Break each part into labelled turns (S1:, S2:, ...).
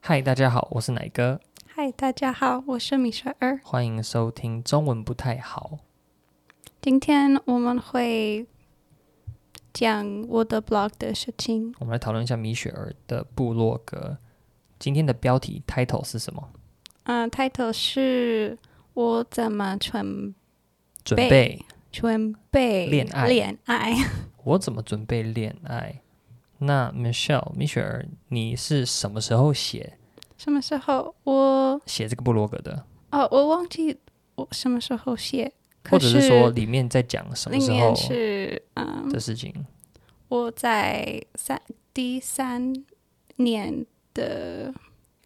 S1: 嗨，大家好，我是奶哥，
S2: 嗨，大家好，我是米雪儿。
S1: 欢迎收听中文不太好。
S2: 今天我们会讲我的 blog 的事情。
S1: 我们来讨论一下米雪儿的部落格。今天的标题 title 是什么？
S2: 嗯、t i t l e 是我怎么准
S1: 准
S2: 备
S1: 备
S2: 准备
S1: 恋爱
S2: 恋爱
S1: 我怎么准备恋爱？那 Michelle 米雪儿，你是什么时候写
S2: 什么时候我
S1: 写这个部落格的？
S2: 哦，我忘记我什么时候写，
S1: 或
S2: 可
S1: 者是说里面在讲什么
S2: 里
S1: 时
S2: 面
S1: 候
S2: 是嗯，
S1: 的事情？
S2: 我在三第三年的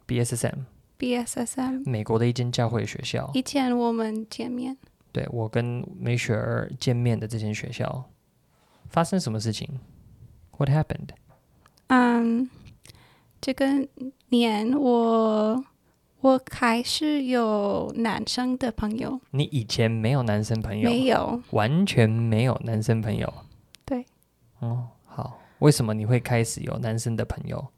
S1: BSSM
S2: BSSM
S1: 美国的一间教会学校，
S2: 以前我们见面。
S1: 对我跟梅雪儿见面的这间学校，发生什么事情？What happened？
S2: 嗯，这个年我我开始有男生的朋友，
S1: 你以前没有男生朋友，
S2: 没有
S1: 完全没有男生朋友。
S2: 对，
S1: 哦，好，为什么你会开始有男生的朋友？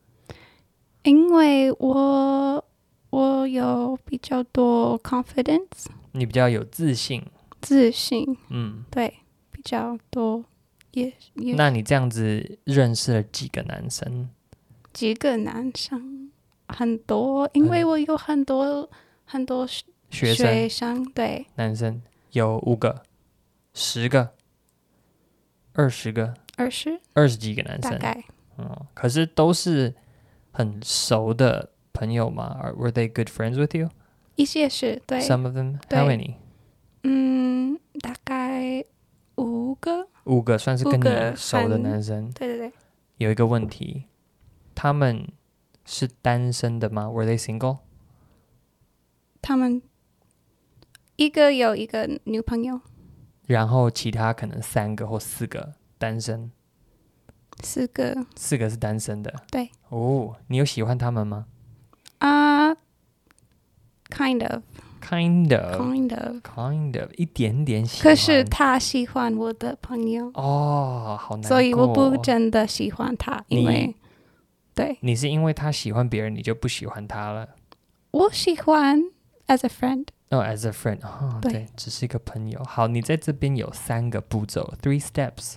S2: 因为我我有比较多 confidence
S1: 你比较有自信，
S2: 自信，
S1: 嗯，
S2: 对，比较多也也
S1: 那你这样子认识了几个男生？
S2: 几个男生很多，因为我有很多很多学
S1: 学生、
S2: 生，对，
S1: 男生有五个、十个、二十个、
S2: 二十
S1: 二十几个男
S2: 大
S1: 生，
S2: 概
S1: 嗯，可是都是很熟的朋友吗？Are were they good friends with you?
S2: 一些是对，
S1: Some of them,
S2: 对
S1: how many?
S2: 嗯，大概五个。
S1: 五个算是跟
S2: 五
S1: 你
S2: 个
S1: 熟的
S2: 很
S1: 男生。
S2: 对对对，
S1: 有一个问题，他们是单身的吗？Were they single？
S2: 他们一个有一个女朋友，
S1: 然后其他可能三个或四个单身，
S2: 四个
S1: 四个是单身的。
S2: 对。
S1: 哦，你有喜欢他们吗
S2: 啊、k i n d of，kind
S1: ？Kind of，kind
S2: of。
S1: of，一点点呃喜欢。
S2: 可是他喜欢我的朋友，
S1: 哦，好难过。
S2: 所以我不真的喜欢他，
S1: 你
S2: 因为对
S1: 你是因为他喜欢别人，你就不喜欢他了。
S2: 我喜欢 as a friend。
S1: 哦、a s a friend，哦，
S2: 对
S1: 对，只是一个朋友。好，你在这边有三个步骤，three steps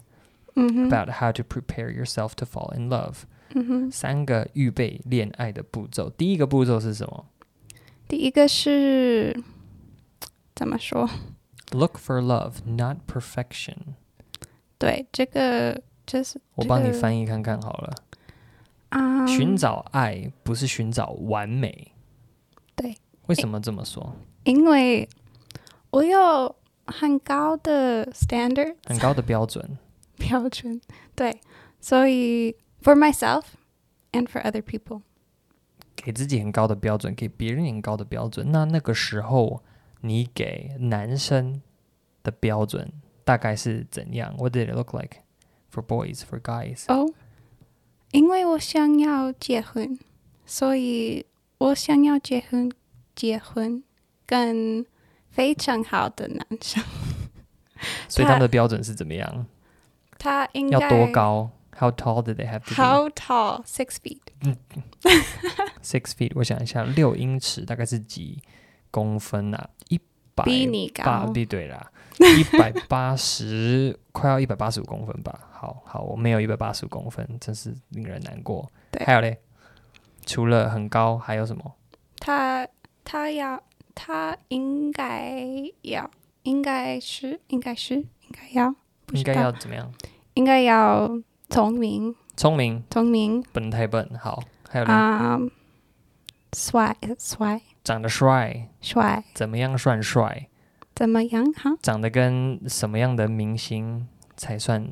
S2: 嗯哼，
S1: about how to prepare yourself to fall in love。
S2: 嗯哼。
S1: 三个预备恋爱的步骤。第一个步骤是什么
S2: 第一个是怎么说？
S1: ？Look for love, not perfection。
S2: 对，这个就是
S1: 我帮你翻译看看好了。
S2: 啊，
S1: 寻找爱不是寻找完美。
S2: 对。
S1: 为什么这么说？
S2: 因为我有很高的 standard
S1: 很高的标准。
S2: 标准，对，所以 for myself and for other people，
S1: 给自己很高的标准，给别人也很高的标准。那那个时候，你给男生的标准大概是怎样？What did it look like for boys, for guys？
S2: 哦、因为我想要结婚，所以我想要结婚，结婚跟非常好的男生，
S1: 所以他们的标准是怎么样？
S2: 他应
S1: 要
S2: 该
S1: 多高？How tall did they have to be？
S2: ？How tall? Six feet.
S1: six feet，我想一下，六英尺大概是几公分啊？一百
S2: 比你啊
S1: 八，
S2: 高，
S1: 对对 啦，一百八十，快要一百八十五公分吧。好好，我没有一百八十五公分，真是令人难过。
S2: 对
S1: 还有嘞，除了很高，还有什么？
S2: 他他要他应该要应该是应该是应该要不
S1: 应
S2: 知
S1: 该
S2: 道
S1: 要怎么样？
S2: 应该要聪明
S1: 聪明，
S2: 聪明
S1: 不能太笨。好，还有嘞，
S2: 啊，帅帅
S1: 长得帅，
S2: 帅
S1: 怎么样算帅？
S2: 怎么样哈？
S1: 长得跟什么样的明星才算？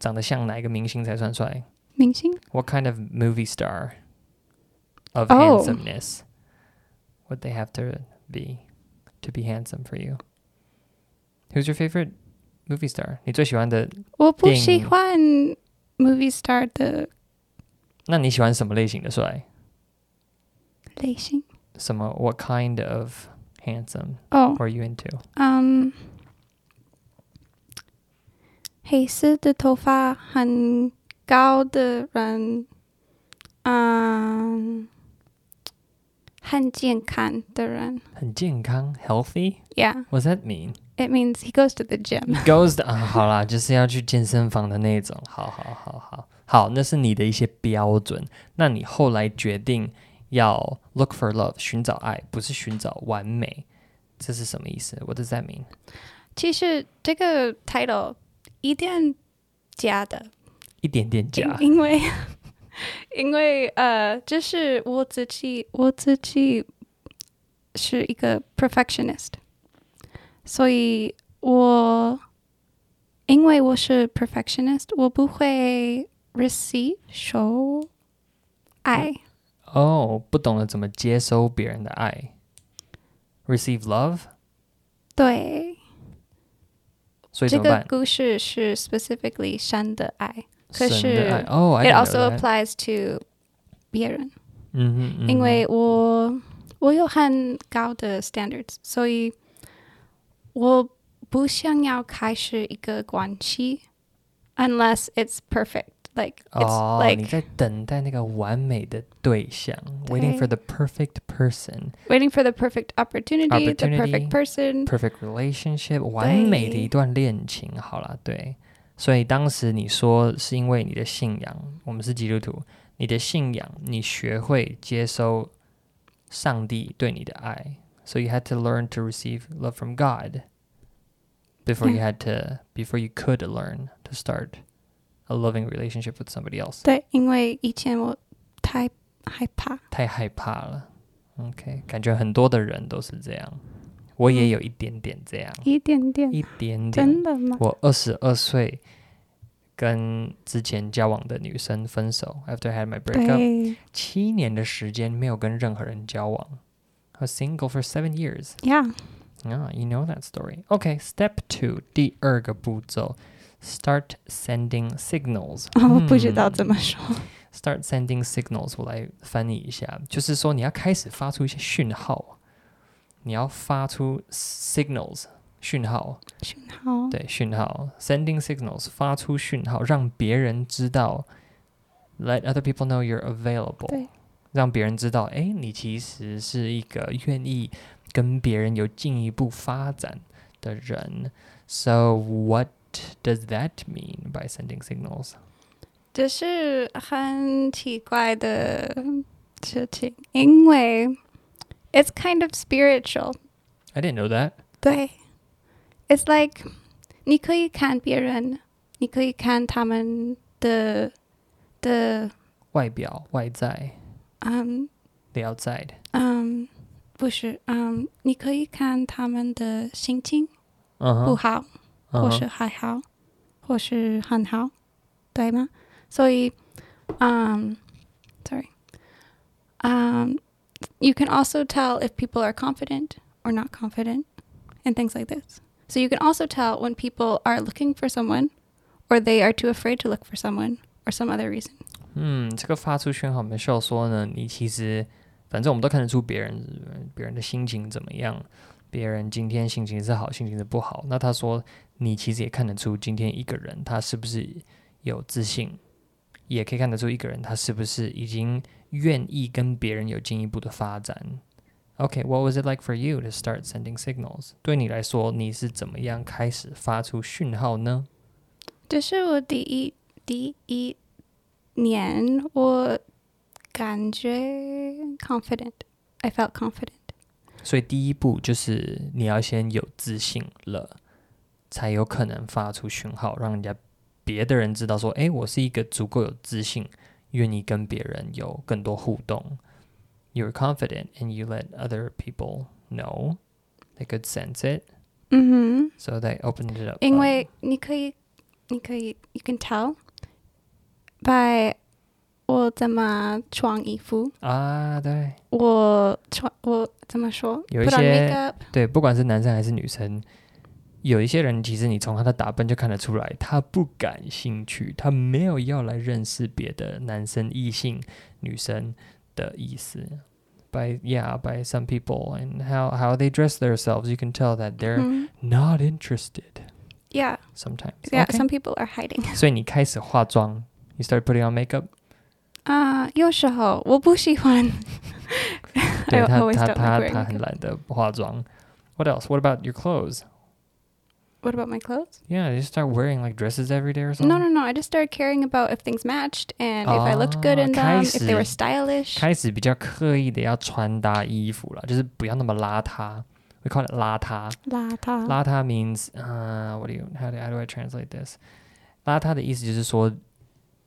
S1: 长得像哪一个明星才算帅？
S2: 明星
S1: What kind of movie star of
S2: Oh.
S1: handsomeness would they have to be to be handsome for you? Who's your favorite movie star? 你最喜欢的？
S2: 我不
S1: 电影
S2: 喜欢 movie star 的
S1: 那你喜欢什么类型的帅？
S2: 类型
S1: 什么？What kind of handsome
S2: 哦，
S1: were you into?
S2: 嗯，黑色的头发很高的人，嗯，很健康的人。
S1: 很健康，healthy。
S2: Yeah,
S1: What does that mean?
S2: it means he goes to the gym.
S1: Goes 的啊，好啦，就是要去健身房的那种。好好好好好，那是你的一些标准。那你后来决定要 look for love，寻找爱，不是寻找完美，这是什么意思？What does that mean？
S2: 其实这个 title 一点假的，
S1: 一点点假。
S2: 因因为 因为呃，这是我自己，我自己是一个 perfectionist，所以我因为我是 perfectionist，我不会 receive 收爱，
S1: 哦，不懂得怎么接收别人的爱，receive love，
S2: 对，
S1: 所以
S2: 这
S1: 怎么
S2: 个
S1: 办？
S2: 故事是 specifically 山的爱可
S1: 神的爱
S2: 是
S1: 哦、i
S2: ，it
S1: didn't know
S2: also
S1: that
S2: applies to 别人。
S1: 嗯哼嗯哼，
S2: 因为我我有很高的 standards，所以我不想要开始一个关系，unless it's perfect。Like it's
S1: 哦
S2: like
S1: 你在等待那个完美的对象，waiting
S2: 对
S1: for the perfect person。
S2: waiting for the perfect opportunity, the
S1: Opportunity
S2: perfect person.
S1: perfect relationship，完美的一段恋情。好啦，对，所以当时你说是因为你的信仰，我们是基督徒，你的信仰，你学会接收上帝对你的爱，so you had to learn to receive love from God before you had to before you could learn to start a loving relationship with somebody else。
S2: 对，因为以前我太害怕。
S1: 太害怕了，OK，感觉很多的人都是这样，我也
S2: 嗯
S1: 有一点点这样，
S2: 一点点，
S1: 一点点。
S2: 真的吗？
S1: 我二十二岁跟之前交往的女生分手，after I had my breakup，
S2: 对
S1: 七年的时间没有跟任何人交往。I was single for seven years.
S2: ，Yeah，
S1: Ah, you know that story. Okay, step two，第二个步骤，start sending signals.
S2: 我不知道
S1: 嗯
S2: 怎么说。
S1: start sending signals，我来翻译一下，就是说你要开始发出一些讯号，你要发出 signals 讯号，
S2: 讯号，
S1: 对，讯号，sending signals，发出讯号，让别人知道，let other people know you're available，
S2: 对
S1: 让别人知道，哎，你其实是一个愿意跟别人有进一步发展的人。So what does that mean by sending signals？
S2: 这是很奇怪的事情，因为 it's kind of spiritual。
S1: I didn't know that。
S2: 对，it's like 你可以看别人，你可以看他们的的
S1: 外表、外在、
S2: 嗯
S1: the outside。
S2: 嗯，不是嗯，你可以看他们的心情
S1: 嗯哼，
S2: 不好，
S1: 嗯
S2: 或
S1: 哼
S2: 是还好，或是很好，对吗？所以，嗯、um,，sorry，嗯、um,，you can also tell if people are confident or not confident, and things like this. So you can also tell when people are looking for someone, or they are too afraid to look for someone, or some other reason.
S1: 嗯，这个发出讯号，我们笑哦说呢，你其实反正我们都看得出别人别人的心情怎么样，别人今天心情是好，心情是不好。那他说你其实也看得出今天一个人他是不是有自信，也可以看得出一个人他是不是已经愿意跟别人有进一步的发展。Okay, what was it like for you to start sending signals？对你来说，你是怎么样开始发出讯号呢？
S2: 这是我第一第一年，我感觉 confident. I felt confident.
S1: 所以第一步就是你要先有自信了，才有可能发出讯号，让人家别的人知道说，诶，我是一个足够有自信，愿意跟别人有更多互动。You're confident and you let other people know they could sense it,
S2: 嗯哼。
S1: so they opened it up.
S2: 因为你可以，你可以，you can tell by 我怎么穿衣服，
S1: um, 啊，对
S2: 我穿我怎么说
S1: 有一
S2: ，put on
S1: 些
S2: makeup，
S1: 对，不管是男生还是女生，有一些人其实你从他的打扮就看得出来，他不感兴趣，他没有要来认识别的男生、异性、女生的意思。By yeah, by some people and how how they dress themselves, you can tell that they're
S2: 嗯
S1: not interested
S2: ，yeah
S1: sometimes.
S2: yeah，
S1: Okay.
S2: some people are hiding
S1: 所以你开始化妆，you start putting on makeup.
S2: 啊，有时候我不喜欢
S1: 对
S2: I
S1: 他
S2: always
S1: 他
S2: don't like
S1: 他
S2: wearing
S1: 他
S2: makeup.
S1: 很懒得化妆。What else? What about your clothes?
S2: What about my clothes?
S1: Yeah, you start wearing like dresses every day or something.
S2: No, no, no. I just started caring about if things matched and if I looked good
S1: Ah,
S2: in them, if they were
S1: 开始-
S2: stylish.
S1: 开始比较刻意的要穿搭衣服了，就是不要那么邋遢。We call it 邋遢。
S2: 邋遢。
S1: Lata means uh, what do you how do how do I translate this? Lata 的意思就是说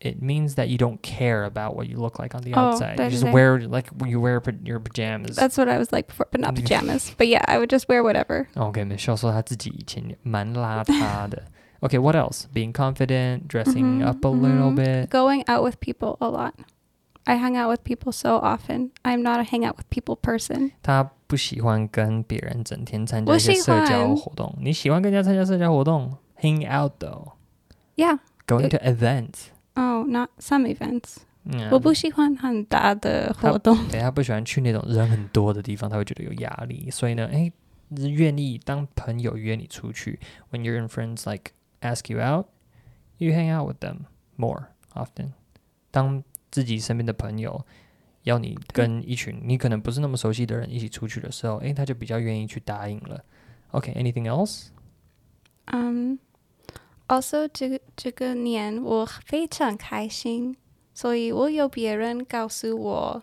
S1: it means that you don't care about what you look like on the
S2: Oh,
S1: outside. You
S2: 对，对，
S1: just
S2: 对。
S1: wear like you wear pa- your pajamas.
S2: That's what I was like before, but not pajamas. but yeah, I would just wear whatever.
S1: Okay, Michelle 说她自己以前也蛮邋遢的。Okay, what else? Being confident, dressing
S2: Mhm,
S1: up a little
S2: mhm.
S1: bit.
S2: Going out with people a lot. I hung out with people so often. I'm not a hang out with people person.
S1: 她不喜欢跟别人整天参加
S2: 我
S1: 一些
S2: 喜
S1: 社交
S2: 欢
S1: 活动。你喜欢跟人家参加社交活动？Hang out though,
S2: Yeah.
S1: going
S2: Uh,
S1: to events. 嗯
S2: Oh, not some events.
S1: Yeah.
S2: 我不喜欢很大的活动。
S1: 对，他不喜欢去那种人很多的地方，他会觉得有压力。所以呢，哎，愿意当朋友约你出去。When your friends like ask you out, you hang out with them more often. 当自己身边的朋友要你跟一群你可能不是那么熟悉的人一起出去的时候，哎，他就比较愿意去答应了。Okay, anything else?
S2: Um, also 这个这个年我非常开心，所以我有别人告诉我，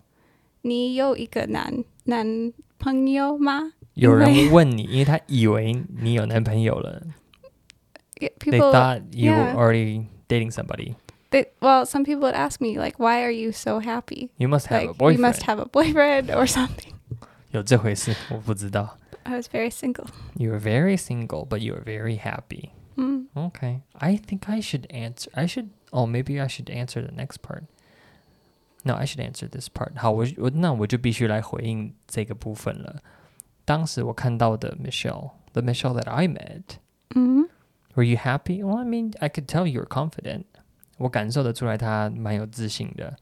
S2: 你有一个男男朋友吗
S1: 有人
S2: 因
S1: 问你，因为他以为你有男朋友了。
S2: Yeah,
S1: They
S2: ？People
S1: thought you were
S2: yeah.
S1: already dating somebody.
S2: they well, some people would ask me like, why are you so happy?
S1: You must have a
S2: Like you
S1: boyfriend.
S2: must have a boyfriend or something.
S1: 有这回事，我不知道。
S2: I was very single.
S1: You were very single, but you were very happy.
S2: 嗯
S1: Okay. I think I should answer. I should. Oh, maybe I should answer the next part. No, I should answer this part. 好，我我那我就必须来回应这个部分了。当时我看到的 Michelle，the Michelle that I met,
S2: 嗯
S1: were you happy? Well, I mean, I could tell you were confident. 我感受得出来她蛮有自信的。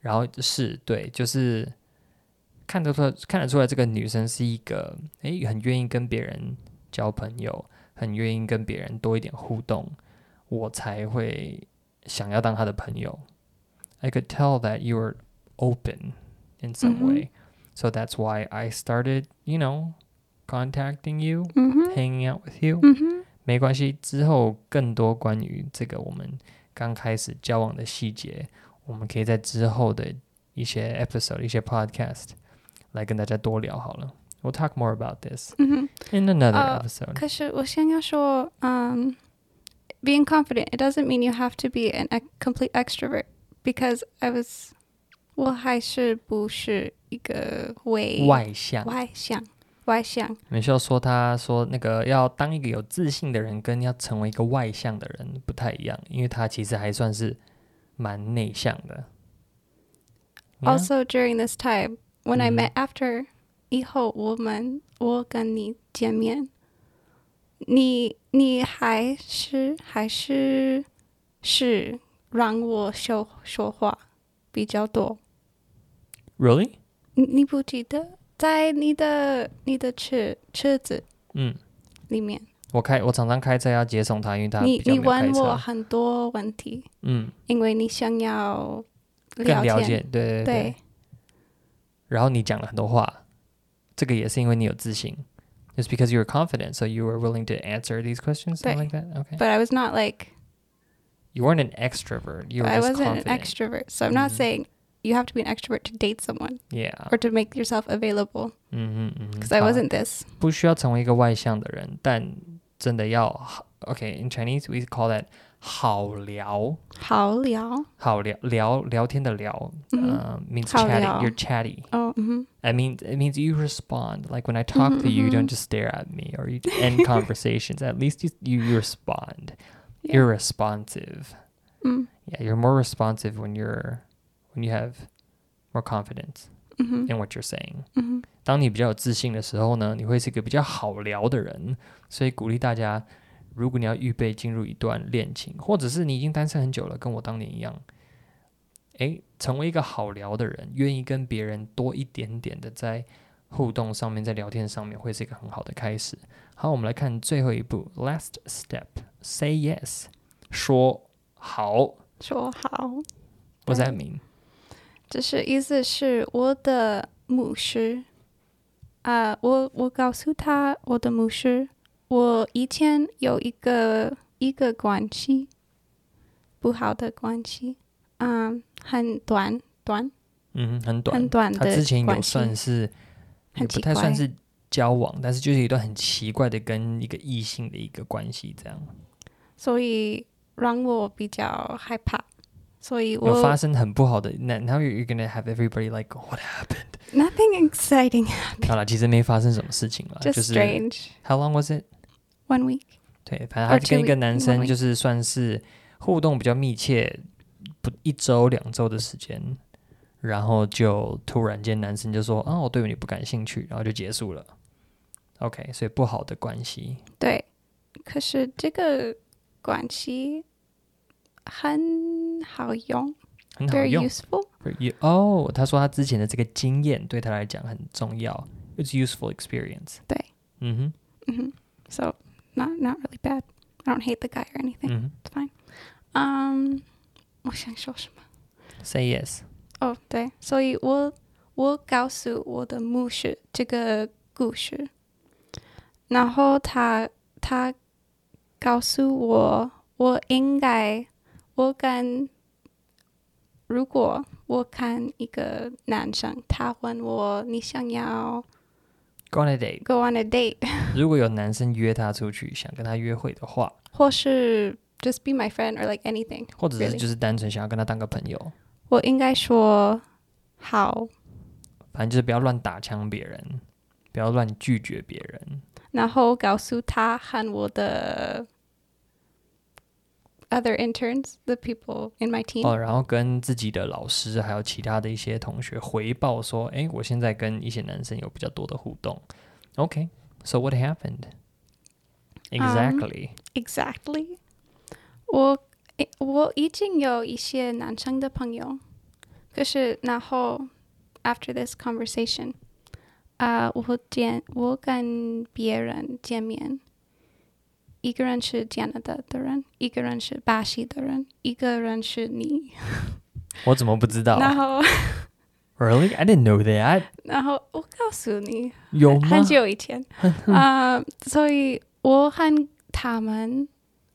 S1: 然后是对，就是看得出来，看得出来这个女生是一个诶，很愿意跟别人交朋友，很愿意跟别人多一点互动，我才会想要当她的朋友。I could tell that you were open in some
S2: 嗯哼
S1: way, so that's why I started, you know, contacting you,
S2: 嗯哼
S1: hanging out with you.
S2: 嗯哼
S1: 没关系，之后更多关于这个我们刚开始交往的细节，我们可以在之后的一些 episode、一些 podcast 来跟大家多聊好了。We'll talk more about this
S2: 嗯哼。
S1: in another
S2: 呃
S1: episode.
S2: 可是我想要说，嗯、being confident it doesn't mean you have to be an a complete extrovert because I was 我还是不是一个为
S1: 外向，
S2: 外向外向，
S1: 美秀说她说那个要当一个有自信的人，跟要成为一个外向的人不太一样，因为她其实还算是蛮内向的。Yeah? Mm-hmm.
S2: Also during this time when I
S1: 嗯
S2: met after 以后我们我跟你见面，你你还是还是是让我说说话比较多。
S1: really？
S2: 你你不记得在你的你的车车子
S1: 嗯，
S2: 里面，
S1: 我开我常常开车要接送她，因为她
S2: 你
S1: 比较
S2: 你
S1: 没有开
S2: 问
S1: 车
S2: 我很多问题，
S1: 嗯。
S2: 因为你想要
S1: 更了
S2: 解，
S1: 解，对对对。
S2: 对
S1: 然后你讲了很多话，这个也是因为你有自信。It's because you were confident, so you were willing to answer these questions, something
S2: 对
S1: like that. Okay.
S2: But I was not like
S1: you weren't an extrovert. You were
S2: I
S1: just
S2: wasn't
S1: confident. Mm-hmm.
S2: an extrovert, so I'm not
S1: 嗯
S2: saying you have to be an extrovert to date someone
S1: yeah.
S2: or to make yourself available
S1: 嗯嗯嗯。
S2: because I
S1: 好
S2: wasn't this.
S1: 不需要成为一个外向的人，但真的要 OK. In Chinese, we call that 好聊，
S2: 好聊
S1: 好聊聊聊天的聊，
S2: 嗯哼
S1: 呃 means
S2: 好
S1: chatty.
S2: 聊
S1: You're chatty.
S2: 哦，嗯
S1: I mean, it means you respond. Like when I talk to you, you don't
S2: mhm.
S1: just stare at me or you end conversations. At least you, you, you respond.
S2: Yeah.
S1: You're responsive.
S2: 嗯
S1: Yeah, you're more responsive when you're when you have more confidence
S2: 嗯哼
S1: in what you're saying.
S2: 嗯哼
S1: 当你比较有自信的时候呢，你会是一个比较好聊的人，所以鼓励大家，如果你要预备进入一段恋情，或者是你已经单身很久了，跟我当年一样，诶，成为一个好聊的人，愿意跟别人多一点点的在互动上面，在聊天上面，会是一个很好的开始。好，我们来看最后一步，last step，say yes，说好
S2: 说好。
S1: ，What does that mean？
S2: 这是意思是我的牧师啊，我我告诉他我的牧师，我以前有一个一个关系，不好的关系，嗯，很短短
S1: 嗯哼，很短，
S2: 很短的
S1: 他之前有
S2: 关系
S1: 算是，也
S2: 很
S1: 不
S2: 奇
S1: 太
S2: 怪
S1: 算是交往，但是就是一段很奇怪的跟一个异性的一个关系这样，
S2: 所以让我比较害怕，所以
S1: 有发
S2: 我
S1: 生很不好的。那 now you're you're gonna have everybody like oh, what happened？
S2: nothing exciting,
S1: 好了，其实没发生什么事情了，就
S2: just
S1: 是
S2: strange.
S1: how long was it？
S2: One week.
S1: 对，反正他
S2: Or
S1: 就跟
S2: two
S1: 一个
S2: weeks,
S1: 男
S2: one
S1: 生
S2: week.
S1: 就是算是互动比较密切，不一周两周的时间，然后就突然间男生就说：“啊，我对你不感兴趣。”然后就结束了。OK，所以不好的关系，
S2: 对，可是这个关系很好用
S1: 很好
S2: ，very
S1: 用。
S2: useful。
S1: For you- 哦，他说他之前的这个经验对他来讲很重要，it's useful experience。
S2: 对，
S1: 嗯哼，
S2: So not not really bad. I don't hate the guy or anything.
S1: 嗯哼
S2: It's fine. Um, 我想说什么？
S1: ，say yes。
S2: 哦，对，所以我我告诉我的牧师这个故事，然后他他告诉我，我应该我跟如果我看一个男生，他问我你想要
S1: Go on a date。
S2: go on a date，
S1: 如果有男生约她出去，想跟她约会的话，
S2: 或是 just be my friend or like anything，
S1: 或者是
S2: Really？
S1: 就是单纯想要跟她当个朋友，
S2: 我应该说好，
S1: 反正就是不要乱打枪别人，不要乱拒绝别人。
S2: 然后告诉他和我的 other interns, the people in my team，、
S1: 哦，然后跟自己的老师还有其他的一些同学回报说，诶，我现在跟一些男生有比较多的互动。OK，so、what happened? Exactly，、
S2: exactly 我。诶我已经有一些男生的朋友，可是然后 after this conversation，啊、我见我跟别人见面，一个人是加拿大的人，一个人是巴西的人，一个人是你，
S1: 我怎么不知道
S2: 然后
S1: ？Really? I didn't know that.
S2: 然后我告诉你，
S1: 有吗
S2: 很？久 以前啊、所以我和他们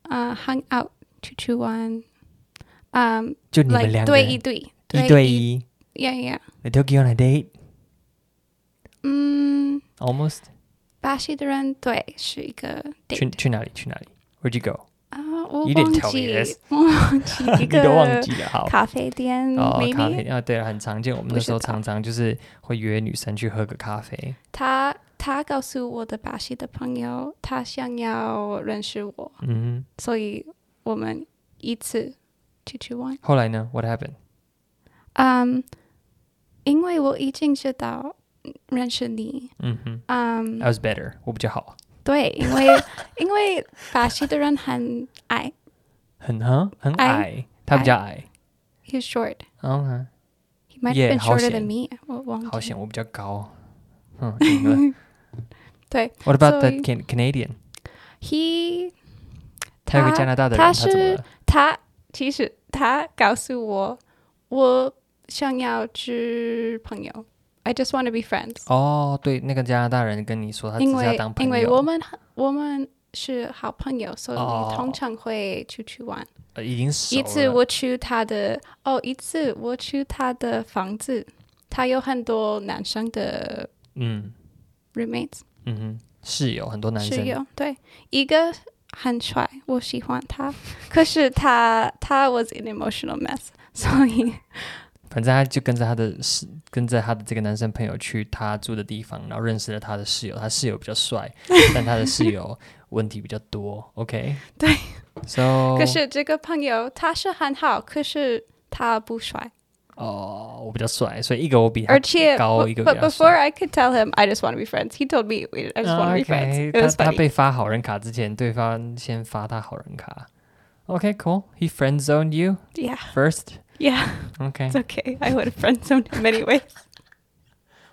S2: 啊、hang out 出去玩，嗯、
S1: 就你
S2: like
S1: 们两个
S2: 对
S1: 人
S2: 一对，
S1: 一对
S2: 一
S1: 一
S2: ，yeah yeah，
S1: ，They took you on a date
S2: 嗯，
S1: almost.
S2: 巴西的人对是一个
S1: 去
S2: date
S1: 去哪里？去哪里？Where'd you go?
S2: 啊、我
S1: You didn't
S2: 忘
S1: tell me
S2: 记 我忘记一
S1: 你都忘
S2: 个
S1: 记了，好。
S2: 咖啡店
S1: 哦，咖啡
S2: ，maybe
S1: 啊，Oh, 对了，很常见。我们
S2: 不
S1: 那
S2: 知
S1: 时候
S2: 道
S1: 常常就是会约女生去喝个咖啡。
S2: 他他告诉我的巴西的朋友，他想要认识我，
S1: 嗯
S2: 所以我们一次出去玩。
S1: 哼，后来呢？What happened？
S2: 嗯，因为我已经知道嗯认识你，
S1: 嗯哼
S2: 嗯、
S1: ，I Mm-hmm. was better，我比较好。
S2: 对，因为因为巴西的人很矮
S1: 很哈，很
S2: 矮
S1: 矮，他比较矮。
S2: ，he's short。
S1: 嗯
S2: He might
S1: Yeah，
S2: have been
S1: 好
S2: shorter
S1: 险
S2: than me，我忘
S1: 哼，
S2: 记。
S1: 好险，我比较高。 嗯，赢了。
S2: 对
S1: What about that
S2: Sorry
S1: Can Canadian？
S2: ，he
S1: 他有个
S2: 他
S1: 加拿大的人，
S2: 他
S1: 他怎么
S2: 是
S1: 了？
S2: 他其实他告诉我，我想要做朋友，I just want to be friends，、
S1: 哦，对，那个加拿大人跟你说他只是
S2: 因
S1: 要
S2: 为
S1: 当朋
S2: 因
S1: 友。
S2: 为我们我们是好朋友，所以
S1: 哦
S2: 通常会出去玩。
S1: 呃已经熟
S2: 一次
S1: 了
S2: 我去他的哦，一次我去他的房子，他有很多男生的
S1: 嗯
S2: roommates
S1: 嗯哼，室友很多男
S2: 室
S1: 生。
S2: 友，对，一个很帅，我喜欢 他，可是他他 was an emotional mess，所以
S1: 反正他就跟着他的室，跟着他的这个男生朋友去他住的地方，然后认识了他的室友。他室友比较 帅，但他的室友问题比较多。OK，
S2: 对。
S1: So，
S2: 可是这个朋友他是很好，可是他不帅，
S1: 哦，我比较帅，所以一个我比他
S2: 而且
S1: 高，一
S2: but
S1: 个比
S2: but
S1: 较
S2: before
S1: 帅。
S2: I could tell him I just want to be friends, he told me "We- I just want to be friends.
S1: OK，
S2: It was
S1: 他他
S2: funny.
S1: 被发好人卡之前，对方先发他好人卡。OK，cool，he、friend zoned you
S2: Yeah,
S1: first。
S2: yeah,
S1: OK，
S2: it's okay. I would have friend zoned him anyway.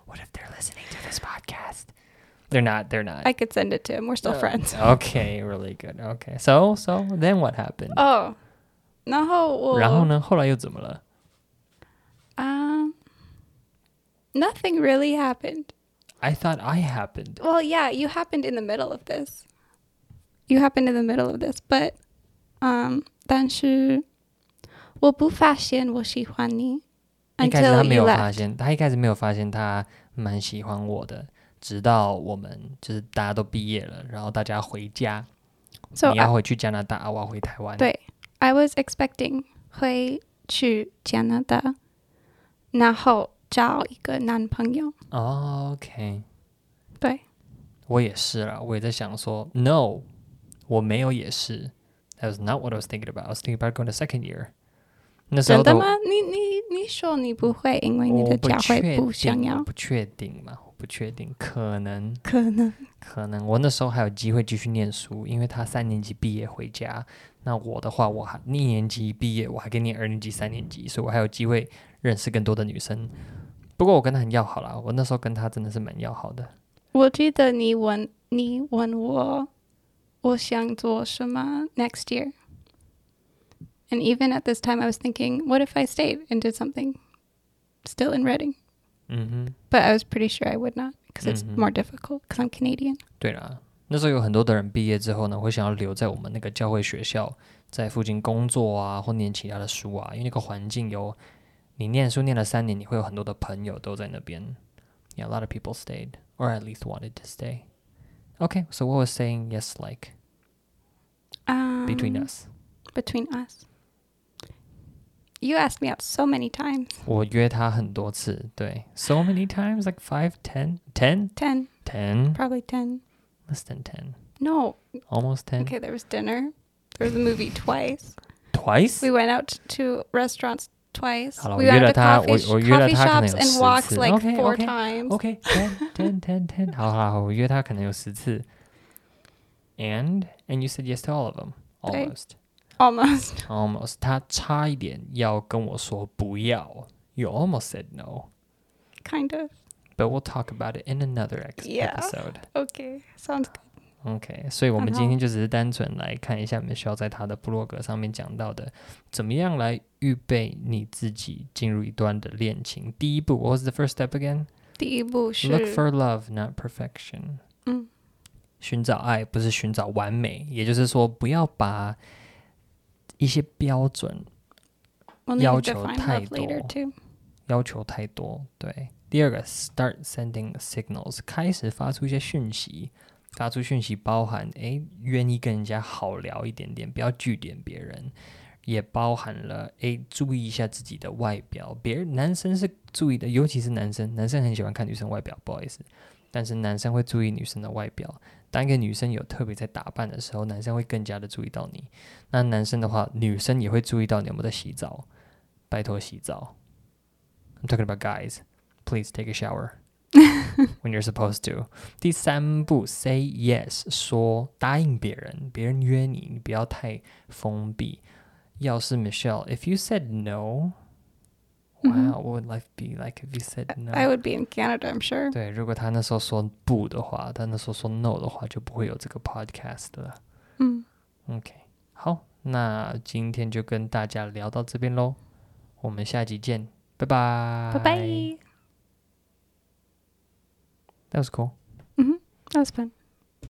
S1: what if they're listening to this podcast? They're not. They're not.
S2: I could send it to him. We're still friends.
S1: Okay, really good. Okay, so so then what happened?
S2: 哦，然后我
S1: 然后呢？后来又怎么了？
S2: 啊、n o t h i n g really um, happened。
S1: I thought I happened.
S2: Well, yeah, you happened in the middle of this. You happened in the middle of this, but um, 但是我不发现我喜欢你
S1: 一开始
S2: until
S1: 他没
S2: you
S1: 有发
S2: left.
S1: 现，他一开始没有发现他蛮喜欢我的，直到我们就是大家都毕业了，然后大家回家，
S2: So
S1: 你要回去加拿大，我要回台湾。
S2: 对，I was expecting 会去加拿大，然后找一个男朋友。
S1: 哦，OK，
S2: 对，
S1: 我也是啦，我也在想说，No，我没有也是。That was not what I was thinking about. I was thinking about going to second year. 那时候
S2: 真
S1: 的
S2: 的
S1: 我
S2: 吗？你你你说你不会，因为你
S1: 我
S2: 的
S1: 不
S2: 家
S1: 确
S2: 会不想
S1: 定，我
S2: 要，
S1: 不确定嘛，我不确定，可能
S2: 可能
S1: 可能我那时候还有机会继续念书，因为他三年级毕业回家，那我的话我还一年级毕业，我还跟你二年级、三年级，所以我还有机会认识更多的女生。不过我跟他很要好啦，我那时候跟他真的是蛮要好的。
S2: 我记得你问你问我，我想做什么 next year。And even at this time, I was thinking, what if I stayed and did something still in Reading?
S1: 嗯哼，
S2: But I was pretty sure I would not because it's
S1: Mhm.
S2: more difficult because I'm Canadian.
S1: 对啦，那时候有很多的人毕业之后呢，会想要留在我们那个教会学校，在附近工作啊，或念其他的书啊，因为那个环境有你念书念了三年，你会有很多的朋友都在那边。Yeah, a lot of people stayed, or at least wanted to stay. Okay, so what was saying yes like between
S2: Um,
S1: us？、
S2: Between us. You asked me out so many times.
S1: 我约他很多次，对，so many times, like five, ten, ten,
S2: Ten,
S1: ten,
S2: probably ten.
S1: less than ten,
S2: No.
S1: almost ten,
S2: Okay, there was dinner. There was a movie twice.
S1: twice.
S2: We went out to restaurants twice.
S1: 好了，我
S2: we
S1: 约
S2: went
S1: 了
S2: to
S1: 他，
S2: coffee,
S1: 我
S2: sh-
S1: 我约了
S2: coffee
S1: 他可能
S2: shops
S1: 有
S2: and
S1: 十
S2: walks
S1: 次。
S2: like
S1: OK
S2: four
S1: OK
S2: times.
S1: OK ten ten ten ten，好 好好，我约他可能有十次。And and you said yes to all of them,
S2: 对
S1: almost
S2: Almost.
S1: almost。他差一点要跟我说不要，You almost said no,
S2: Kind of.
S1: but we'll talk about it in another ex-
S2: Yeah.
S1: episode.
S2: Okay. Sounds good.
S1: OK，所以我们
S2: 然
S1: 今
S2: 后
S1: 天就只是单纯来看一下 Michelle 在她的部落格上面讲到的，怎么样来预备你自己进入一段的恋情。第一步，What was the first step again？Look
S2: 第一步是
S1: for love, not perfection.
S2: 嗯。
S1: 寻找爱不是寻找完美，也就是说，不要把一些标准
S2: we'll need to
S1: 要求
S2: define love later
S1: 太多。
S2: too.
S1: 要求太多。对，第二个，start sending signals，开始发出一些讯息，发出讯息包含诶，愿意跟人家好聊一点点，不要据点别人，也包含了诶，注意一下自己的外表。别人男生是注意的，尤其是男生，男生很喜欢看女生外表，不好意思，但是男生会注意女生的外表。当一个女生有特别在打扮的时候，男生会更加的注意到你。那男生的话，女生也会注意到你有没有在洗澡。拜托洗澡，I'm talking about guys. Please take a shower when you're supposed to. 第三步，say yes，说答应别人，别人约你，你不要太封闭。要是 Michelle，if you said no，wow，、
S2: 嗯哼。
S1: what would life be like if you said no？
S2: I would be in Canada, I'm sure.
S1: 对，如果他那时候说不的话，他那时候说 no 的话，就不会有这个 podcast 了。
S2: 嗯。
S1: OK，好，那今天就跟大家聊到这边喽，我们下集见，拜拜，
S2: Bye bye.
S1: That was cool.
S2: hmm That was fun.